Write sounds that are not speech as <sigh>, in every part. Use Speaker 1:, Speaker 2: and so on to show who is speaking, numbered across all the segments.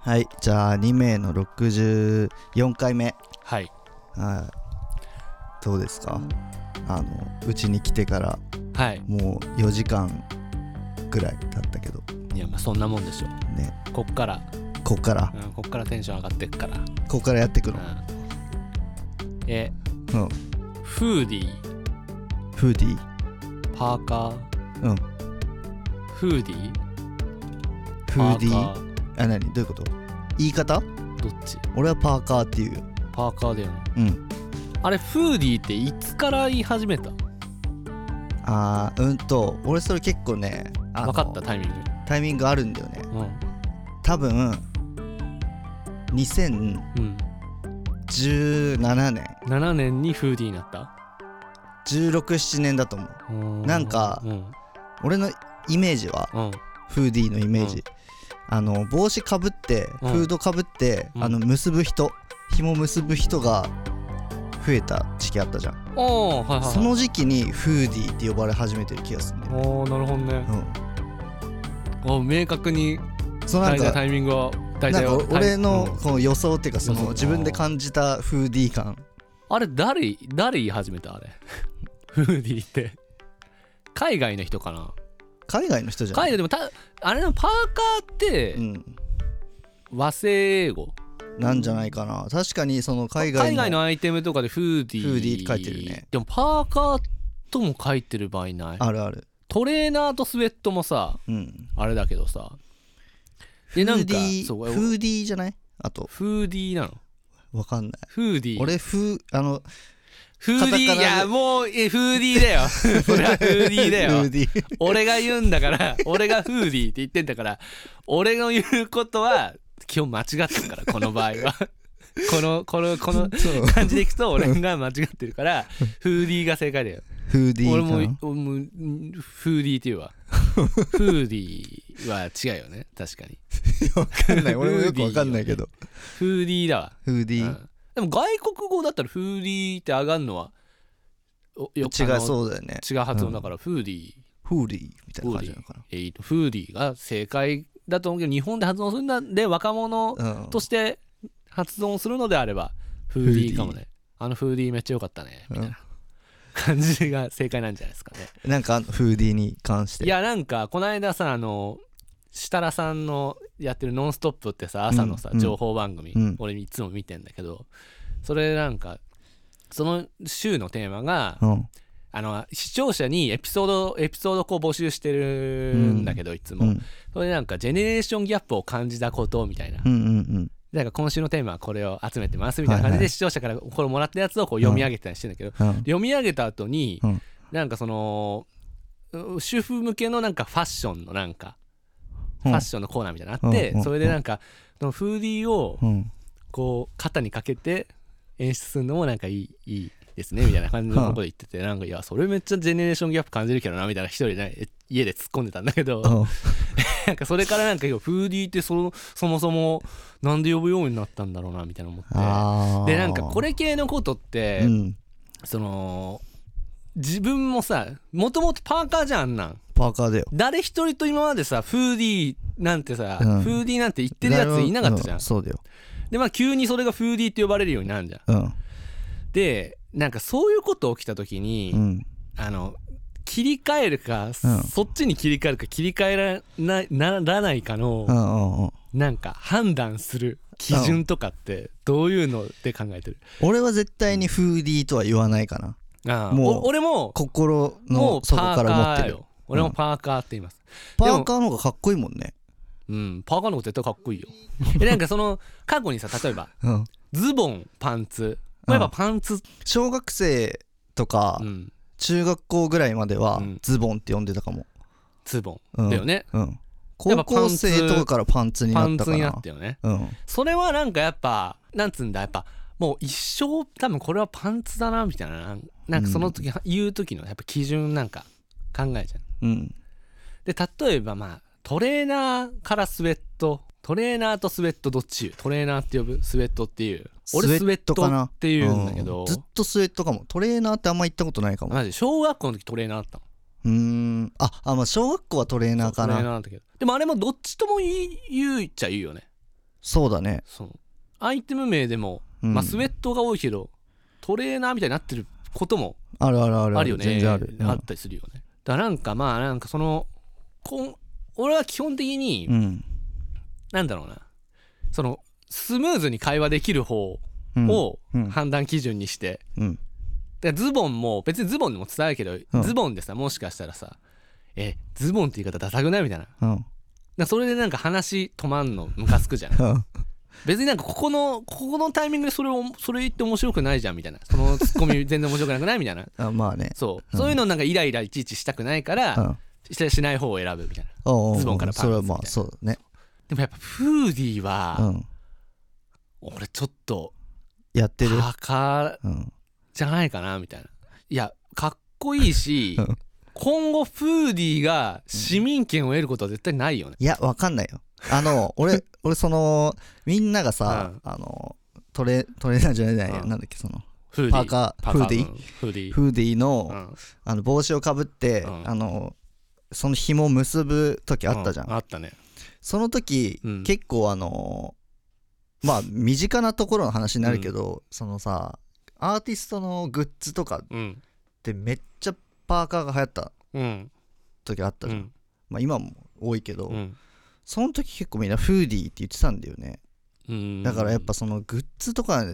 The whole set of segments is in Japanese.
Speaker 1: はいじゃあ2名の64回目
Speaker 2: はい
Speaker 1: はいどうですかあのうちに来てから
Speaker 2: はい
Speaker 1: もう4時間ぐらい経ったけど
Speaker 2: いやまあそんなもんでしょ
Speaker 1: ね
Speaker 2: こっから、
Speaker 1: こっから
Speaker 2: うん、こっからテンション上がってっから、
Speaker 1: こっからやってく
Speaker 2: う
Speaker 1: の
Speaker 2: ん、え
Speaker 1: うん
Speaker 2: フーディー
Speaker 1: フーディー
Speaker 2: パーカー
Speaker 1: うん
Speaker 2: フーディー
Speaker 1: フ
Speaker 2: パ
Speaker 1: ーディ
Speaker 2: ーカ
Speaker 1: ー
Speaker 2: ー
Speaker 1: あ何どういうこと言い方
Speaker 2: どっち
Speaker 1: 俺はパーカーっていうよ
Speaker 2: パーカーだよね
Speaker 1: うん
Speaker 2: あれフーディーっていつから言い始めた
Speaker 1: あーうんと俺それ結構ねあの
Speaker 2: 分かったタイミン
Speaker 1: タイミングあるんだよね
Speaker 2: グ
Speaker 1: 多分2017
Speaker 2: うん、うん、
Speaker 1: 年
Speaker 2: 7年にフーディーになった
Speaker 1: 167年だと思う
Speaker 2: うー
Speaker 1: なんか
Speaker 2: うん
Speaker 1: 俺のイメージは
Speaker 2: うん
Speaker 1: フーディーのイメージ、あの帽子かぶってフ
Speaker 2: うん
Speaker 1: ードかぶって、
Speaker 2: うん
Speaker 1: あの結ぶ人紐結ぶ人が増えた時期あったじゃん、
Speaker 2: おおはいはい、はい、
Speaker 1: その時期にフーディーって呼ばれ始めてる気がするんだよね、
Speaker 2: おおなるほどね
Speaker 1: う
Speaker 2: お明確に
Speaker 1: ん、そのな
Speaker 2: 大
Speaker 1: ん
Speaker 2: 体
Speaker 1: か
Speaker 2: タイミングは大
Speaker 1: な
Speaker 2: 体
Speaker 1: んか
Speaker 2: は
Speaker 1: 俺
Speaker 2: うん
Speaker 1: のこの予想っていうかそ
Speaker 2: 予
Speaker 1: の
Speaker 2: 想
Speaker 1: 自分で感じたフーディー感
Speaker 2: あれ誰誰言い始めたあれ <laughs> フーディーって海外の人かな
Speaker 1: 海外の人じゃな
Speaker 2: 海
Speaker 1: い、
Speaker 2: 外でもたあれのパーカーって
Speaker 1: うん、
Speaker 2: 和製英語
Speaker 1: なんじゃないかな確かにその海外
Speaker 2: 海
Speaker 1: の
Speaker 2: 外のアイテムとかでフーディー
Speaker 1: フーディーって書いてるね
Speaker 2: でもパーカーとも書いてる場合ない
Speaker 1: あるある
Speaker 2: トレーナーとスウェットもさ
Speaker 1: うん
Speaker 2: あれだけどさ
Speaker 1: フ
Speaker 2: で
Speaker 1: ー
Speaker 2: なん
Speaker 1: デ
Speaker 2: か
Speaker 1: ィー
Speaker 2: そう
Speaker 1: フーディーじゃないあと
Speaker 2: フーディーなの
Speaker 1: わかんない
Speaker 2: フーディー
Speaker 1: 俺フーあの
Speaker 2: フーディ
Speaker 1: カタカナ
Speaker 2: ーい
Speaker 1: で
Speaker 2: やもうえフーディーだ
Speaker 1: <laughs>
Speaker 2: よそれはフーディーだ
Speaker 1: フ
Speaker 2: よ
Speaker 1: ーディー
Speaker 2: 俺が言うんだから俺がフーディーって言ってんだから俺の言うことは基本間違ってるからこの場合はこのこのこの
Speaker 1: そう
Speaker 2: 感じでいくと俺が間違ってるからフーディーが正解だよ
Speaker 1: フーディー
Speaker 2: 俺
Speaker 1: かな
Speaker 2: も俺もんフーディーって言うわフーディーは違うよね確かに
Speaker 1: わかんない俺もよくわかんないけど
Speaker 2: フーディーだわ、
Speaker 1: フーディー
Speaker 2: うんでも外国語だったらフーディーって上がるのはおよ
Speaker 1: 違
Speaker 2: あ
Speaker 1: い
Speaker 2: の
Speaker 1: そうだよね
Speaker 2: 違う発音だから、フーディー
Speaker 1: フーディーみたいな感じなのか
Speaker 2: えーとフーディーが正解だと思うけど日本で発音するんで若者
Speaker 1: なうん
Speaker 2: として発音するのであればフーディーかもねあのフーディーめっちゃ良かったねみたいな感じが正解なんじゃないですか
Speaker 1: <laughs>
Speaker 2: ね
Speaker 1: なんかあのフーディーに関して
Speaker 2: いやなんかこの間さあの設楽さんのやってる「ノンストップ!」ってさ
Speaker 1: ん
Speaker 2: 朝のさ
Speaker 1: うん
Speaker 2: 情報番組
Speaker 1: うん
Speaker 2: 俺いつも見てんだけどそれなんかその週のテーマが
Speaker 1: うん
Speaker 2: あの視聴者にエピソードエピソードをこう募集してるんだけどいつ
Speaker 1: う
Speaker 2: も
Speaker 1: ん
Speaker 2: それでなんかジェネレーションギャップを感じたことみたいな、
Speaker 1: うんうん
Speaker 2: なんか今週のテーマはこれを集めてますみたいな感じ
Speaker 1: はいは
Speaker 2: で視聴者からこれもらったやつをこう読み上げてたりしてんだけど、
Speaker 1: うん
Speaker 2: 読み上げた後に、
Speaker 1: うん
Speaker 2: なんかそのう主婦向けのなんかファッションのなんか、
Speaker 1: うん
Speaker 2: ファッションのコーナーみたいなのあって、
Speaker 1: うんうん
Speaker 2: それでなんかそのフーディーを
Speaker 1: うん
Speaker 2: こう肩にかけて演出するのもなんかいいいいですねみたいな感じのこと言ってて、なんかいやそれめっちゃジェネレーションギャップ感じるけどなみたいな一人でね家で突っ込んでたんだけど。
Speaker 1: うん
Speaker 2: なんかそれからなんか今フーディーってそのそもそもなんで呼ぶようになったんだろうなみたいな思って
Speaker 1: あー
Speaker 2: でなんかこれ系のことって、
Speaker 1: うん
Speaker 2: その自分もさもともとパーカーじゃんあんなん
Speaker 1: パーカーだよ
Speaker 2: 誰一人と今までさフーディーなんてさ、
Speaker 1: うん
Speaker 2: フーディーなんて言ってるやついなかったじゃん、
Speaker 1: うそうだよ
Speaker 2: でまあ急にそれがフーディーって呼ばれるようになるじゃん
Speaker 1: うん
Speaker 2: でなんかそういうこと起きた時に、
Speaker 1: うん
Speaker 2: あの切り替えるか、
Speaker 1: うん
Speaker 2: そっちに切り替えるか切り替えらなならないかの、
Speaker 1: うんうんうん
Speaker 2: なんか判断する基準とかってどういうので考えてる
Speaker 1: 俺は絶対にフーディーとは言わないかな
Speaker 2: ああ
Speaker 1: もう
Speaker 2: お俺も
Speaker 1: 心
Speaker 2: もう
Speaker 1: の底か
Speaker 2: パーカ
Speaker 1: ら思っ
Speaker 2: ー
Speaker 1: てる
Speaker 2: よ俺もパーカーって言います
Speaker 1: パーカーの方がかっこいいもんね
Speaker 2: うんパーカーの方が絶対かっこいいよ <laughs> えなんかその過去にさ例えば
Speaker 1: うん
Speaker 2: ズボンパンツまあやっぱパンツ
Speaker 1: 小学生とか
Speaker 2: うん
Speaker 1: 中学校ぐらいまでは
Speaker 2: うん
Speaker 1: ズボンって呼んでたかも、
Speaker 2: ズボ
Speaker 1: うん
Speaker 2: ンだよね
Speaker 1: うん、
Speaker 2: やっ
Speaker 1: 高
Speaker 2: ぱ
Speaker 1: 校
Speaker 2: パンツ
Speaker 1: 生とかからパンツにな
Speaker 2: パ
Speaker 1: っ
Speaker 2: ン
Speaker 1: た
Speaker 2: ツ
Speaker 1: か
Speaker 2: に
Speaker 1: な
Speaker 2: なったよね
Speaker 1: うん、
Speaker 2: それはなんかやっぱなんつうんだやっぱもう一生多分これはパンツだなみたいななんかその時言う時のやっぱ基準なんか考えちゃう
Speaker 1: うん、
Speaker 2: で例えばまあトレーナーからスウェットトレーナーとスウェットどっち言うトレーナーって呼ぶスウェットっていう俺スウェット
Speaker 1: かな
Speaker 2: っていうんだけど、
Speaker 1: うんずっとスウェットかもトレーナーってあんま行ったことないかも
Speaker 2: マジ小学校の時トレーナーだったの
Speaker 1: うーんああまあ小学校はトレーナーか
Speaker 2: トレーナー
Speaker 1: な
Speaker 2: なんだけどでもあれもどっちとも言う言うっちゃ言うよね
Speaker 1: そうだね、
Speaker 2: そうアイテム名でも、
Speaker 1: うん
Speaker 2: まあ、スウェットが多いけどトレーナーみたいになってることも
Speaker 1: あるあるある
Speaker 2: あるよね
Speaker 1: 全然ある、うん
Speaker 2: ったりするよねだからなんかまあなんかそのこん俺は基本的に、
Speaker 1: うん
Speaker 2: なんだろうなそのスムーズに会話できる方
Speaker 1: うん
Speaker 2: を
Speaker 1: うん
Speaker 2: 判断基準にして、
Speaker 1: うん
Speaker 2: だからズボンも別にズボンでも伝えるけど、
Speaker 1: うん
Speaker 2: ズボンでさもしかしたらさえズボンって言い方ダサくないみたいなだ
Speaker 1: う
Speaker 2: か
Speaker 1: ん
Speaker 2: らそれでなんか話止まんのムカつくじゃん
Speaker 1: <laughs>
Speaker 2: 別になんかここのここのタイミングでそれをそれ言って面白くないじゃんみたいなそのツッコミ全然面白くなくないみたいな
Speaker 1: あまあね
Speaker 2: そう、
Speaker 1: うん
Speaker 2: そういうのなんかイライラいちいちしたくないから、
Speaker 1: うん
Speaker 2: ししない方を選ぶみたいな
Speaker 1: おうおうおう
Speaker 2: ズボンからパンツ
Speaker 1: それはまあそうだね
Speaker 2: でもやっぱフーディー
Speaker 1: う
Speaker 2: は、
Speaker 1: ん
Speaker 2: 俺ちょっと
Speaker 1: やってる
Speaker 2: パーカー
Speaker 1: うん
Speaker 2: じゃないかなみたいないやかっこいいし、
Speaker 1: <laughs> うん
Speaker 2: 今後フーディーが市民権を得ることは絶対ないよね、
Speaker 1: いやわかんないよあ
Speaker 2: <laughs>
Speaker 1: の俺俺そのみんながさ
Speaker 2: うん
Speaker 1: あのトレトレーナーじゃないや
Speaker 2: うん
Speaker 1: なんだっけその
Speaker 2: フーディ
Speaker 1: パーカーフーディー
Speaker 2: うんフーディー
Speaker 1: フーディー
Speaker 2: う
Speaker 1: の
Speaker 2: ん
Speaker 1: あの帽子をかぶって
Speaker 2: うん
Speaker 1: あのその紐を結ぶ時あったじゃ
Speaker 2: うんあったね
Speaker 1: その時
Speaker 2: うん
Speaker 1: 結構あのまあ身近なところの話になるけどそのさアーティストのグッズとかっ
Speaker 2: うん
Speaker 1: てめっちゃパーカーが流行った
Speaker 2: うん
Speaker 1: 時あっ
Speaker 2: う
Speaker 1: たじゃん
Speaker 2: ん
Speaker 1: まあ今も多いけど、
Speaker 2: うん
Speaker 1: その時結構みんなフーディーって言ってたんだよね、
Speaker 2: うん
Speaker 1: だからやっぱそのグッズとか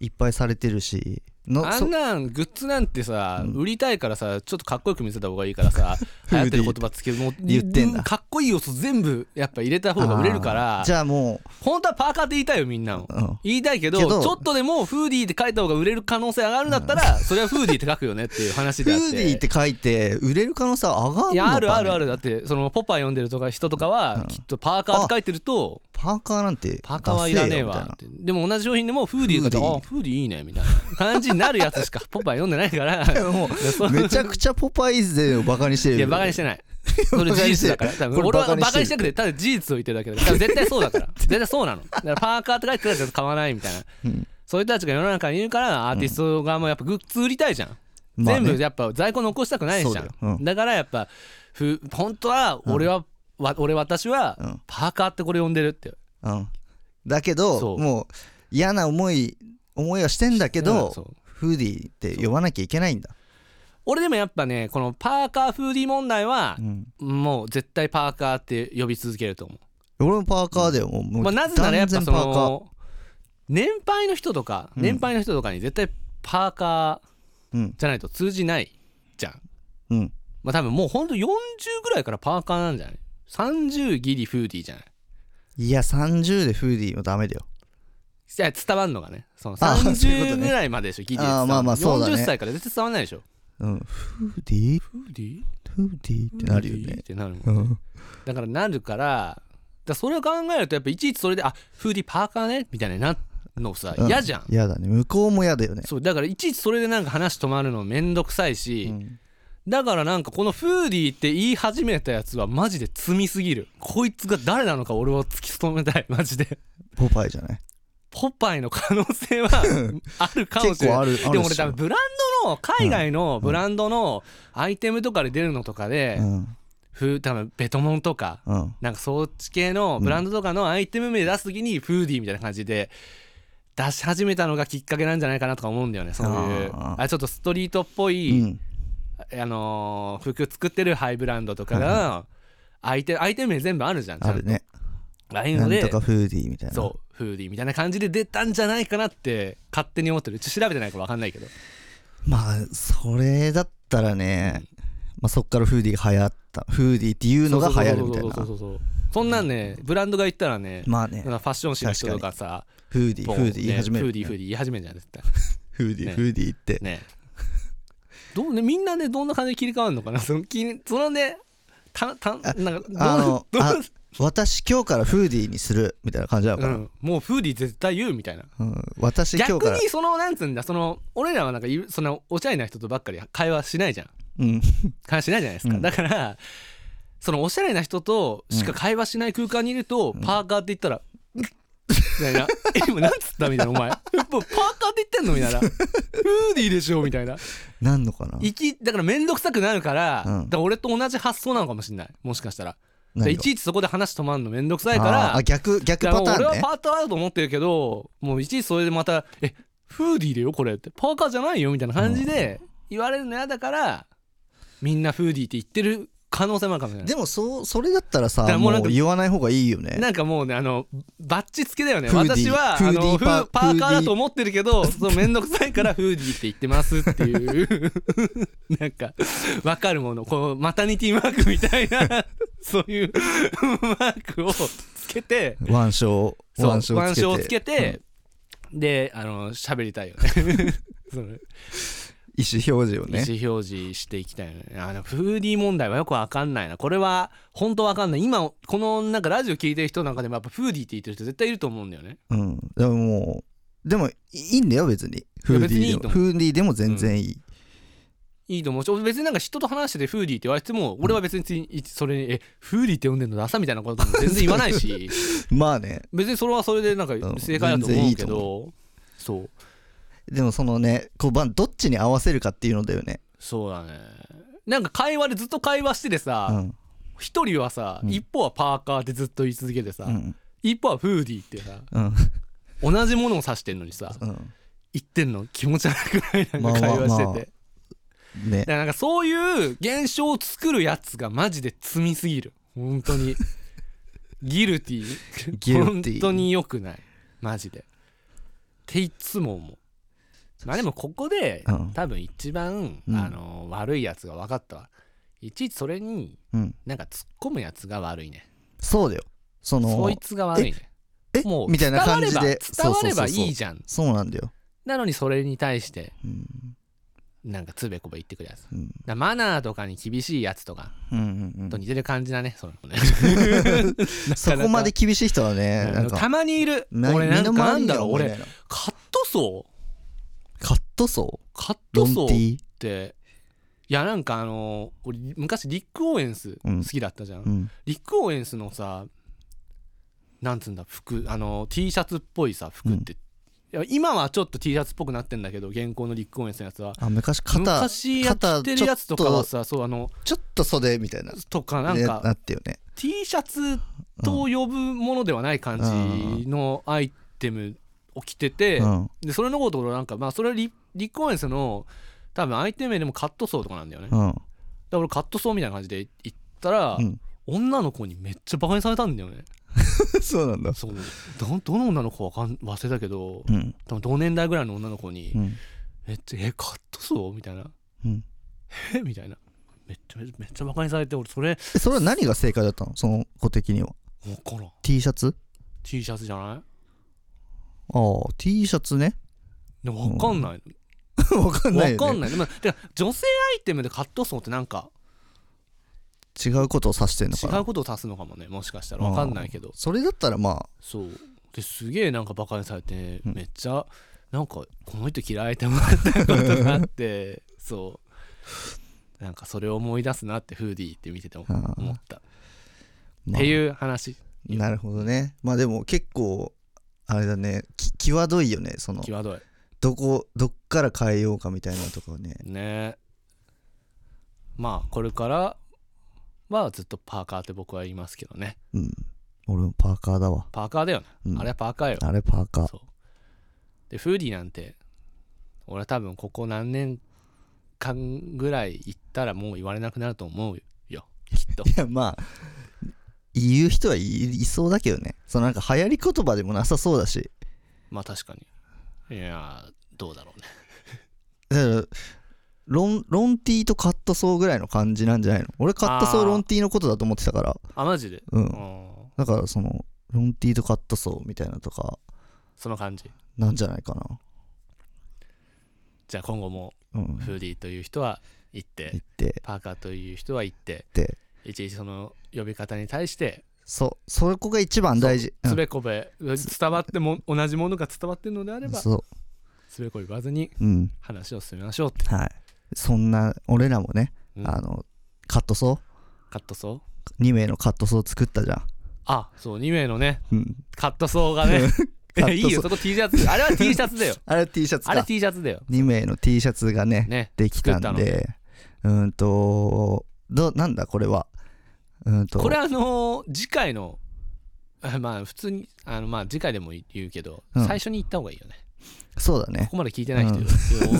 Speaker 1: いっぱいされてるしの
Speaker 2: あ
Speaker 1: そ
Speaker 2: んなんグッズなんてさ、
Speaker 1: うん
Speaker 2: 売りたいからさちょっとかっこよく見せた方がいいからさ
Speaker 1: <laughs> フ
Speaker 2: 流
Speaker 1: ー
Speaker 2: 行って
Speaker 1: ディ
Speaker 2: る
Speaker 1: ー
Speaker 2: 言葉つけるもう
Speaker 1: 言ってんだ
Speaker 2: かっこいい要素全部やっぱ入れた方が売れるから
Speaker 1: あーじゃあも
Speaker 2: 本当はパーカーって言いたいよみんなの
Speaker 1: う、うん、
Speaker 2: 言いたいけど
Speaker 1: けど
Speaker 2: ちょっとでもフーディーって書いた方が売れる可能性上がるんだったら、それはフーディーって書くよねっていう話
Speaker 1: フ
Speaker 2: であって
Speaker 1: ーディーって書いて売れる可能性は上がるのか、ね、
Speaker 2: いやあるあるあるだってそのポパイ読んでるとか人とかはきっとパーカーって書いてると
Speaker 1: パーカーなんて
Speaker 2: パーカーはいらねえ
Speaker 1: ダセ
Speaker 2: わっ
Speaker 1: えよ
Speaker 2: てでも同じ商品でもフーディ
Speaker 1: フー
Speaker 2: ーだ
Speaker 1: ディ
Speaker 2: と
Speaker 1: ー
Speaker 2: あフーディーいいねみたいな感じになるやつしかポパイ読んでないから
Speaker 1: みたい
Speaker 2: <laughs>
Speaker 1: なもうめちゃくちゃポパイ勢をバカにしてる
Speaker 2: いやバカに
Speaker 1: し
Speaker 2: してない
Speaker 1: <laughs>
Speaker 2: それ事実だから多分
Speaker 1: これ
Speaker 2: 俺
Speaker 1: バカ
Speaker 2: は
Speaker 1: にし
Speaker 2: バ
Speaker 1: て
Speaker 2: カ
Speaker 1: る
Speaker 2: にしてなくてただ事実を言ってるだけだから多分絶対そ
Speaker 1: <laughs>
Speaker 2: うだから絶対そうなのだからパーカーって書いてたら絶対買わないみたいな、
Speaker 1: ん
Speaker 2: そういう人たちが世の中にいるからアーティスト側もやっぱグッズ売りたいじゃん、
Speaker 1: まあね
Speaker 2: 全部やっぱ在庫残したくないじゃ
Speaker 1: そ
Speaker 2: ん
Speaker 1: うだ
Speaker 2: だ,、
Speaker 1: ようん
Speaker 2: からやっぱふ本当は俺は、わ俺私
Speaker 1: う
Speaker 2: は
Speaker 1: ん
Speaker 2: パーカーってこれ呼んでるって
Speaker 1: て、うん、だけ
Speaker 2: そ
Speaker 1: ど
Speaker 2: う
Speaker 1: もう嫌な思い思いはしてんだけ
Speaker 2: うんそう
Speaker 1: どフーディーって呼ばなきゃいけないんだ
Speaker 2: 俺でもやっぱねこのパーカーフーディー問題は
Speaker 1: う、ん
Speaker 2: もう絶対パーカーって呼び続けると思う
Speaker 1: 俺もパーカーだよ、もうもう
Speaker 2: まあ、なぜならやっぱ
Speaker 1: 断
Speaker 2: そ
Speaker 1: 然パーカー
Speaker 2: の年配の人とか
Speaker 1: うん
Speaker 2: 年配の人とかに絶対パーカー
Speaker 1: うん
Speaker 2: じゃないと通じないじゃん、
Speaker 1: うん
Speaker 2: まあ、多分もうほんと40ぐらいからパーカーなんじゃない30ギリフーディーじゃない
Speaker 1: いや30でフーディーもダメだよ
Speaker 2: いや伝わんのがねその
Speaker 1: あーそういうこと
Speaker 2: 30
Speaker 1: ね
Speaker 2: ぐらいまででしょギリで伝
Speaker 1: あーまあまあそうだね
Speaker 2: 40歳から絶対伝わんないでしょ
Speaker 1: うんフーディー
Speaker 2: フーディー
Speaker 1: フーディーってなるよね
Speaker 2: ってなるもん
Speaker 1: うん
Speaker 2: だからなるからだからそれを考えるとやっぱいちいちそれであフーディーパーカーねみたいになるのさ
Speaker 1: う
Speaker 2: 嫌じゃん
Speaker 1: 嫌だね向こうも嫌だよね
Speaker 2: そうだからいちいちそれでなんか話止まるのめんどくさいし、
Speaker 1: うん
Speaker 2: だからなんかこのフーディーって言い始めたやつはマジで罪すぎるこいつが誰なのか俺を突き止めたいマジで
Speaker 1: ポパイじゃない
Speaker 2: ポパイの可能性
Speaker 1: <laughs>
Speaker 2: はあるかもし
Speaker 1: 結
Speaker 2: れ
Speaker 1: 構
Speaker 2: ない
Speaker 1: あるある
Speaker 2: でも
Speaker 1: っ
Speaker 2: 俺
Speaker 1: しょ
Speaker 2: 多分ブランドの海外のブランドのアイテムとかで出るのとかで、
Speaker 1: うん
Speaker 2: ふ多分ベトモンとか
Speaker 1: うん
Speaker 2: なんかそっち系のブランドとかのアイテム名出す時にフーディーみたいな感じで出し始めたのがきっかけなんじゃないかなとか思うんだよねそういう
Speaker 1: あ
Speaker 2: あ
Speaker 1: ー
Speaker 2: ちょっとストリートっぽ
Speaker 1: う
Speaker 2: い、
Speaker 1: ん
Speaker 2: あのー服作ってるハイブランドとかが相手相手名全部あるじゃんちゃ
Speaker 1: あ
Speaker 2: んと
Speaker 1: るね
Speaker 2: ああいう
Speaker 1: な
Speaker 2: の
Speaker 1: ん
Speaker 2: で
Speaker 1: とかフーディーみたいな
Speaker 2: そうフーディーみたいな感じで出たんじゃないかなって勝手に思ってるちょっと調べてないから分かんないけど
Speaker 1: まあそれだったらねまあそっからフーディーが流行ったフーディーっていうのが流行るみたい
Speaker 2: そう
Speaker 1: な
Speaker 2: そうそうそうそうそうそんなんねブランドが言ったらね
Speaker 1: まあ
Speaker 2: なん
Speaker 1: ね
Speaker 2: かファッション誌の人とかさ
Speaker 1: フーディー
Speaker 2: ボン
Speaker 1: フーディー言い
Speaker 2: ね
Speaker 1: 始める
Speaker 2: フーディーフーディー言い始めるじゃん絶対
Speaker 1: フーディー
Speaker 2: ね
Speaker 1: フーディーって <laughs>
Speaker 2: ねどうねみんなねどんな感じで切り替わるのかなその気にそのねたたなんかどう
Speaker 1: あの
Speaker 2: どう
Speaker 1: あ私今日からフーディーにするみたいな感じなの
Speaker 2: う
Speaker 1: かな、
Speaker 2: ん、もうフーディー絶対言うみたいな
Speaker 1: うん、私今日
Speaker 2: 逆
Speaker 1: から
Speaker 2: にそのなんつうんだその俺らはなんかいそのおしゃれな人とばっかり会話しないじゃん
Speaker 1: うん
Speaker 2: 会話しないじゃないですか、
Speaker 1: うん
Speaker 2: だからそのおしゃれな人としか会話しない空間にいると、パーカーって言ったら「みたいな <laughs> 「え今なんつった?」みたいな「お前もうパーカーって言ってんの?」みたいな「フーディーでしょ」みたいな
Speaker 1: なんのかな
Speaker 2: 生きだから面倒くさくなるから,、
Speaker 1: うん
Speaker 2: だから俺と同じ発想なのかもしれないもしかしたら
Speaker 1: 何
Speaker 2: で
Speaker 1: が
Speaker 2: いちいちそこで話止まんのめんどくさいから
Speaker 1: あー逆逆
Speaker 2: だから
Speaker 1: パ
Speaker 2: もう
Speaker 1: タ
Speaker 2: 俺
Speaker 1: ーン
Speaker 2: は
Speaker 1: ね
Speaker 2: パートあると思ってるけどもういちいちそれでまた「えフーディーだよこれ」ってパーカーじゃないよみたいな感じで言われるの嫌だからみんなフーディーって言ってる可能性もあるかもしれない
Speaker 1: でもそうそれだったらさ
Speaker 2: だから
Speaker 1: も
Speaker 2: もう
Speaker 1: う
Speaker 2: なんか
Speaker 1: 言わない方がいいよね
Speaker 2: なんかもうねあのバッチつけだよね
Speaker 1: フーディー
Speaker 2: 私はあ
Speaker 1: フーディー
Speaker 2: のフー
Speaker 1: パ
Speaker 2: パーカーだと思ってるけどそう面倒くさいからフーディーって言ってますっていう
Speaker 1: <laughs>
Speaker 2: なんかわかるものこうマタニティマークみたいなそういうマークをつけて
Speaker 1: 腕章
Speaker 2: そう
Speaker 1: 腕章
Speaker 2: 腕章を
Speaker 1: を
Speaker 2: つ
Speaker 1: つ
Speaker 2: け
Speaker 1: けて
Speaker 2: て、であの喋りたい
Speaker 1: <laughs>
Speaker 2: よねその
Speaker 1: 意思表示をね
Speaker 2: 意思表示していきたいよねあのフーディー問題はよくわかんないなこれは本当わかんない今このなんかラジオ聞いてる人なんかでもやっぱフーディーって言ってる人絶対いると思うんだよね
Speaker 1: うんでももうでもいいいんだよ別にフーデ
Speaker 2: いや別にい
Speaker 1: ィー
Speaker 2: いと
Speaker 1: でも
Speaker 2: 思
Speaker 1: フーディーでも全然いい、
Speaker 2: いいと思うし俺別になんか人と話しててフーディーって言われても俺は別にいそれに「えフーディーって呼んでんの朝みたいなことも全然言わないし
Speaker 1: <laughs> まあね
Speaker 2: 別にそれはそれでなんか
Speaker 1: ん
Speaker 2: 正解だと思う
Speaker 1: 全然いい
Speaker 2: け
Speaker 1: と
Speaker 2: どそう
Speaker 1: でもそのねこうばどっちに合わせるかっていうのだよね
Speaker 2: そうだねなんか会話でずっと会話しててさ、
Speaker 1: うん
Speaker 2: 一人はさ、
Speaker 1: うん
Speaker 2: 一方はパーカーってずっと言い続けてさ、
Speaker 1: うん
Speaker 2: 一方はフーディーってさ
Speaker 1: うん
Speaker 2: 同じものを指してんのにさ
Speaker 1: うん
Speaker 2: 言ってんの気持ち悪くないなん
Speaker 1: ま
Speaker 2: か
Speaker 1: あ
Speaker 2: 会
Speaker 1: まあ
Speaker 2: 話し
Speaker 1: まあ
Speaker 2: てて、だか
Speaker 1: ね
Speaker 2: らなんかそういう現象を作るやつがマジで罪すぎる本当
Speaker 1: <laughs>
Speaker 2: にギルティー
Speaker 1: ギルティー
Speaker 2: 本当に良くないマジでっていつも思うまあでもここで、
Speaker 1: うん
Speaker 2: 多分一番、
Speaker 1: うん
Speaker 2: あの悪いやつが分かったわいちいちそれに
Speaker 1: うん
Speaker 2: なんか突っ込むやつが悪いね
Speaker 1: そうだよその
Speaker 2: そいつが悪いね
Speaker 1: え
Speaker 2: もう
Speaker 1: みたいな感じで
Speaker 2: 伝われば伝われば
Speaker 1: そうそうそうそう
Speaker 2: いいじゃん
Speaker 1: そうなんだよ、
Speaker 2: なのにそれに対して
Speaker 1: うん
Speaker 2: なんかつべこべ言ってくるやつだか
Speaker 1: うん
Speaker 2: らマナーとかに厳しいやつとか
Speaker 1: うんうんうん
Speaker 2: と似てる感じだねそ
Speaker 1: <laughs>
Speaker 2: のね
Speaker 1: そこまで厳しい人は
Speaker 2: <laughs>
Speaker 1: ねなんか
Speaker 2: たまにいる
Speaker 1: ない
Speaker 2: 俺なん
Speaker 1: 身
Speaker 2: かなん
Speaker 1: の回りに
Speaker 2: だ
Speaker 1: は
Speaker 2: ろう
Speaker 1: 思えない
Speaker 2: 俺
Speaker 1: な
Speaker 2: カットソー
Speaker 1: カットソ
Speaker 2: カッ
Speaker 1: ーロ
Speaker 2: ト
Speaker 1: ン
Speaker 2: ソ
Speaker 1: テ
Speaker 2: ー
Speaker 1: ィ
Speaker 2: っ
Speaker 1: ー
Speaker 2: ていやなんかあの俺昔リック・オーエンス
Speaker 1: うん
Speaker 2: 好きだったじゃん、
Speaker 1: うん
Speaker 2: リック・オーエンスのさなんつうんだ服あの T シャツっぽいさ服って、いや今はちょっと T シャツっぽくなってんだけど現行のリック・オーエンスのやつは
Speaker 1: あ昔肩
Speaker 2: 昔や
Speaker 1: 肩
Speaker 2: ってるやつとかはさそうあの
Speaker 1: ちょっと袖みたいな
Speaker 2: とかなん
Speaker 1: ねな
Speaker 2: か
Speaker 1: ってよね
Speaker 2: T シャツと呼ぶものではない感じのアイテムを着てて、
Speaker 1: うん
Speaker 2: でそれのことをなんかまあそれはリリック・オーエンスの多分相手名でもカットソーとかなんだよね、だか
Speaker 1: うん
Speaker 2: ら俺カットソーみたいな感じで行ったら、
Speaker 1: うん <laughs>
Speaker 2: 女の子にめっちゃバカにされたんだよね
Speaker 1: そうなんだ
Speaker 2: そうどどの女の子わかん忘れたけど
Speaker 1: うん
Speaker 2: 多分同年代ぐらいの女の子に
Speaker 1: うん
Speaker 2: 「めっちゃえカットソー?」みたいな
Speaker 1: うん
Speaker 2: 「えみたいなめっちゃめっちゃめっちゃバカにされて俺それ
Speaker 1: えそれは何が正解だったのその子的には
Speaker 2: 分からん
Speaker 1: T シャツ
Speaker 2: T シャツじゃない
Speaker 1: ああ T シャツね <laughs>
Speaker 2: で分かんない
Speaker 1: わかんない
Speaker 2: 分
Speaker 1: よ
Speaker 2: か
Speaker 1: ね
Speaker 2: んないでもてか女性アイテムでカットソーってなんか
Speaker 1: 違うことを指してんの
Speaker 2: 違
Speaker 1: かな
Speaker 2: うことを指すのかもねもしかしたら分かんないけど
Speaker 1: それだったらまあ
Speaker 2: そうですげえなんかバカにされて
Speaker 1: うん
Speaker 2: めっちゃなんかこの人嫌いって思ったことがあって <laughs> そうなんかそれを思い出すなってフーディーって見てて思
Speaker 1: ああ
Speaker 2: 思ったっ
Speaker 1: まあ
Speaker 2: ていう話
Speaker 1: なるほどねまあでも結構あれだねき際どいよねその
Speaker 2: 際どい
Speaker 1: どこどっから変えようかみたいなとこはね
Speaker 2: ねまあこれからはずっとパーカーって僕は言いますけどね
Speaker 1: うん俺もパーカーだわ
Speaker 2: パーカーだよね、
Speaker 1: うん
Speaker 2: あれはパーカーよ
Speaker 1: あれパーカー
Speaker 2: そうでフーディーなんて俺は多分ここ何年間ぐらい行ったらもう言われなくなると思うよきっと
Speaker 1: いやまあ言う人はいいそうだけどねそのなんか流行り言葉でもなさそうだし
Speaker 2: まあ確かにいやーどうだろうね
Speaker 1: だからロンロンティーとカットソーぐらいの感じなんじゃないの俺カットソ
Speaker 2: あ
Speaker 1: ー
Speaker 2: ー
Speaker 1: ロンティーのことだと思ってたから
Speaker 2: あマジで
Speaker 1: う
Speaker 2: うんん
Speaker 1: だからそのロンティーとカットソーみたいなとか
Speaker 2: その感じ
Speaker 1: なんじゃないかな
Speaker 2: じゃあ今後も
Speaker 1: うん
Speaker 2: フーディーという人は行って
Speaker 1: 言って
Speaker 2: パーカーという人は行って
Speaker 1: で
Speaker 2: いちいちその呼び方に対して
Speaker 1: そうそこが一番大事
Speaker 2: つべこべ伝わっても同じものが伝わってるのであ
Speaker 1: う
Speaker 2: れ
Speaker 1: ん
Speaker 2: ば
Speaker 1: そ
Speaker 2: つべこべ言わずに
Speaker 1: ううん
Speaker 2: 話を進めましょうって
Speaker 1: はいそんな俺らもね、
Speaker 2: うん
Speaker 1: あのカットソ
Speaker 2: カットソー
Speaker 1: ー2名のカットソー作ったじゃん
Speaker 2: あそう2名のね
Speaker 1: うん
Speaker 2: カットソーがね
Speaker 1: カットソー
Speaker 2: <laughs> いいよそこ T シャツあれは T シャツ
Speaker 1: <laughs>
Speaker 2: だよ
Speaker 1: あれ T シャツ
Speaker 2: あれ
Speaker 1: か
Speaker 2: T シャツだよ
Speaker 1: 2名の T シャツがね
Speaker 2: ね
Speaker 1: できたん
Speaker 2: 作ったの
Speaker 1: でうーんとどなんだこれはうんと
Speaker 2: これあのー次回のあまあ普通にあのまあ次回でも言うけど、
Speaker 1: うん
Speaker 2: 最初に言った方がいいよね
Speaker 1: そうだね
Speaker 2: ここまで聞いてない
Speaker 1: う
Speaker 2: 人
Speaker 1: ん
Speaker 2: 多い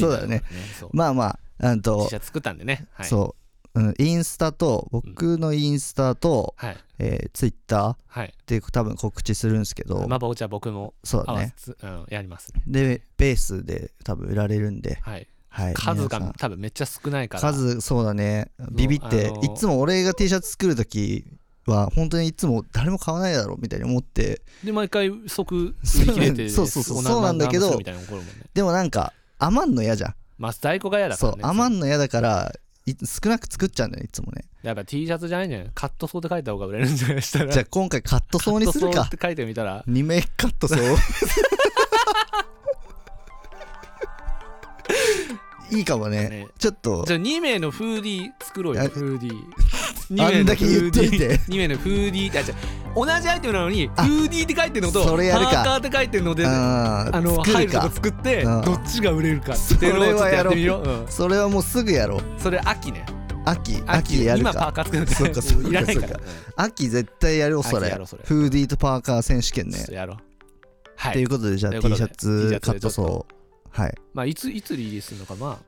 Speaker 1: そうだよね
Speaker 2: そう
Speaker 1: まあまあうんと
Speaker 2: 自社作ったんでねはい
Speaker 1: そう、うん、インスタと僕のインスタと、
Speaker 2: はい
Speaker 1: えー、ツイッターっ
Speaker 2: はい
Speaker 1: て多分告知するんですけど、
Speaker 2: まあじゃあ僕も
Speaker 1: そう
Speaker 2: 合
Speaker 1: だ
Speaker 2: わ
Speaker 1: ね
Speaker 2: せつ、うん、やりますね
Speaker 1: でベースで多分売られるんで、
Speaker 2: はい
Speaker 1: はい、
Speaker 2: 数
Speaker 1: 皆さ
Speaker 2: が
Speaker 1: ん
Speaker 2: 多分めっちゃ少ないから
Speaker 1: 数そうだねビビって、
Speaker 2: あのー
Speaker 1: いつも俺が T シャツ作る時は本当にいつも誰も買わないだろうみたいに思って
Speaker 2: で毎回即売り切れて
Speaker 1: そうそうそう
Speaker 2: お名前
Speaker 1: そうなんだけど
Speaker 2: 何万するみたいなの起こるもんね
Speaker 1: でもなんか余んの嫌じゃん、
Speaker 2: まあ在庫が嫌だか
Speaker 1: そ
Speaker 2: ら
Speaker 1: う
Speaker 2: ね
Speaker 1: 余んの嫌だからい少なく作っちゃうんだよねいつもね
Speaker 2: やっぱ T シャツじゃないんじゃないカットソーって書いた方が売れるんじゃないしたら
Speaker 1: じゃあ今回カットソーにする
Speaker 2: カットソー
Speaker 1: か
Speaker 2: って書いてみたら
Speaker 1: 2名カットソー
Speaker 2: <laughs>
Speaker 1: いいかもね
Speaker 2: ね
Speaker 1: ちょっと
Speaker 2: じゃあ2名のフーディー作ろうよ
Speaker 1: あ
Speaker 2: フーディー
Speaker 1: あんだけ言っといて
Speaker 2: 2名のフーディーってあじゃあ同じアイテムなのにフ
Speaker 1: あ
Speaker 2: ーディーって書いてるのと
Speaker 1: それやるか
Speaker 2: パーカーって書いてるのであ
Speaker 1: あー
Speaker 2: の
Speaker 1: 作
Speaker 2: 入
Speaker 1: る
Speaker 2: るとこ
Speaker 1: か
Speaker 2: 作って
Speaker 1: うん
Speaker 2: どっちが売れるかっていうのをちょっとやってみよう、うん、
Speaker 1: それはもうすぐやろう
Speaker 2: それ秋ね
Speaker 1: 秋秋やる
Speaker 2: 今パー
Speaker 1: か
Speaker 2: カー作る
Speaker 1: そ
Speaker 2: ん
Speaker 1: うかそうか
Speaker 2: いらないから
Speaker 1: そう秋絶対やるよそ
Speaker 2: 秋
Speaker 1: れ
Speaker 2: やろうそれ
Speaker 1: フーディーとパーカー選手権
Speaker 2: うんちょ
Speaker 1: ね
Speaker 2: っとやろうは
Speaker 1: とい
Speaker 2: いう
Speaker 1: ことでじゃあ
Speaker 2: という
Speaker 1: T
Speaker 2: ことで
Speaker 1: シャツ
Speaker 2: T シャツ
Speaker 1: カットソーはい
Speaker 2: まあいついつリリースするのかまあ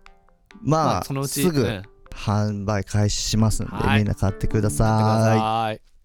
Speaker 2: ま
Speaker 1: ま
Speaker 2: あその
Speaker 1: あ
Speaker 2: うち
Speaker 1: す
Speaker 2: うん
Speaker 1: ぐ
Speaker 2: やってく
Speaker 1: 販売開始しますんで
Speaker 2: はい
Speaker 1: みんな買ってくだ
Speaker 2: だ
Speaker 1: さい
Speaker 2: さい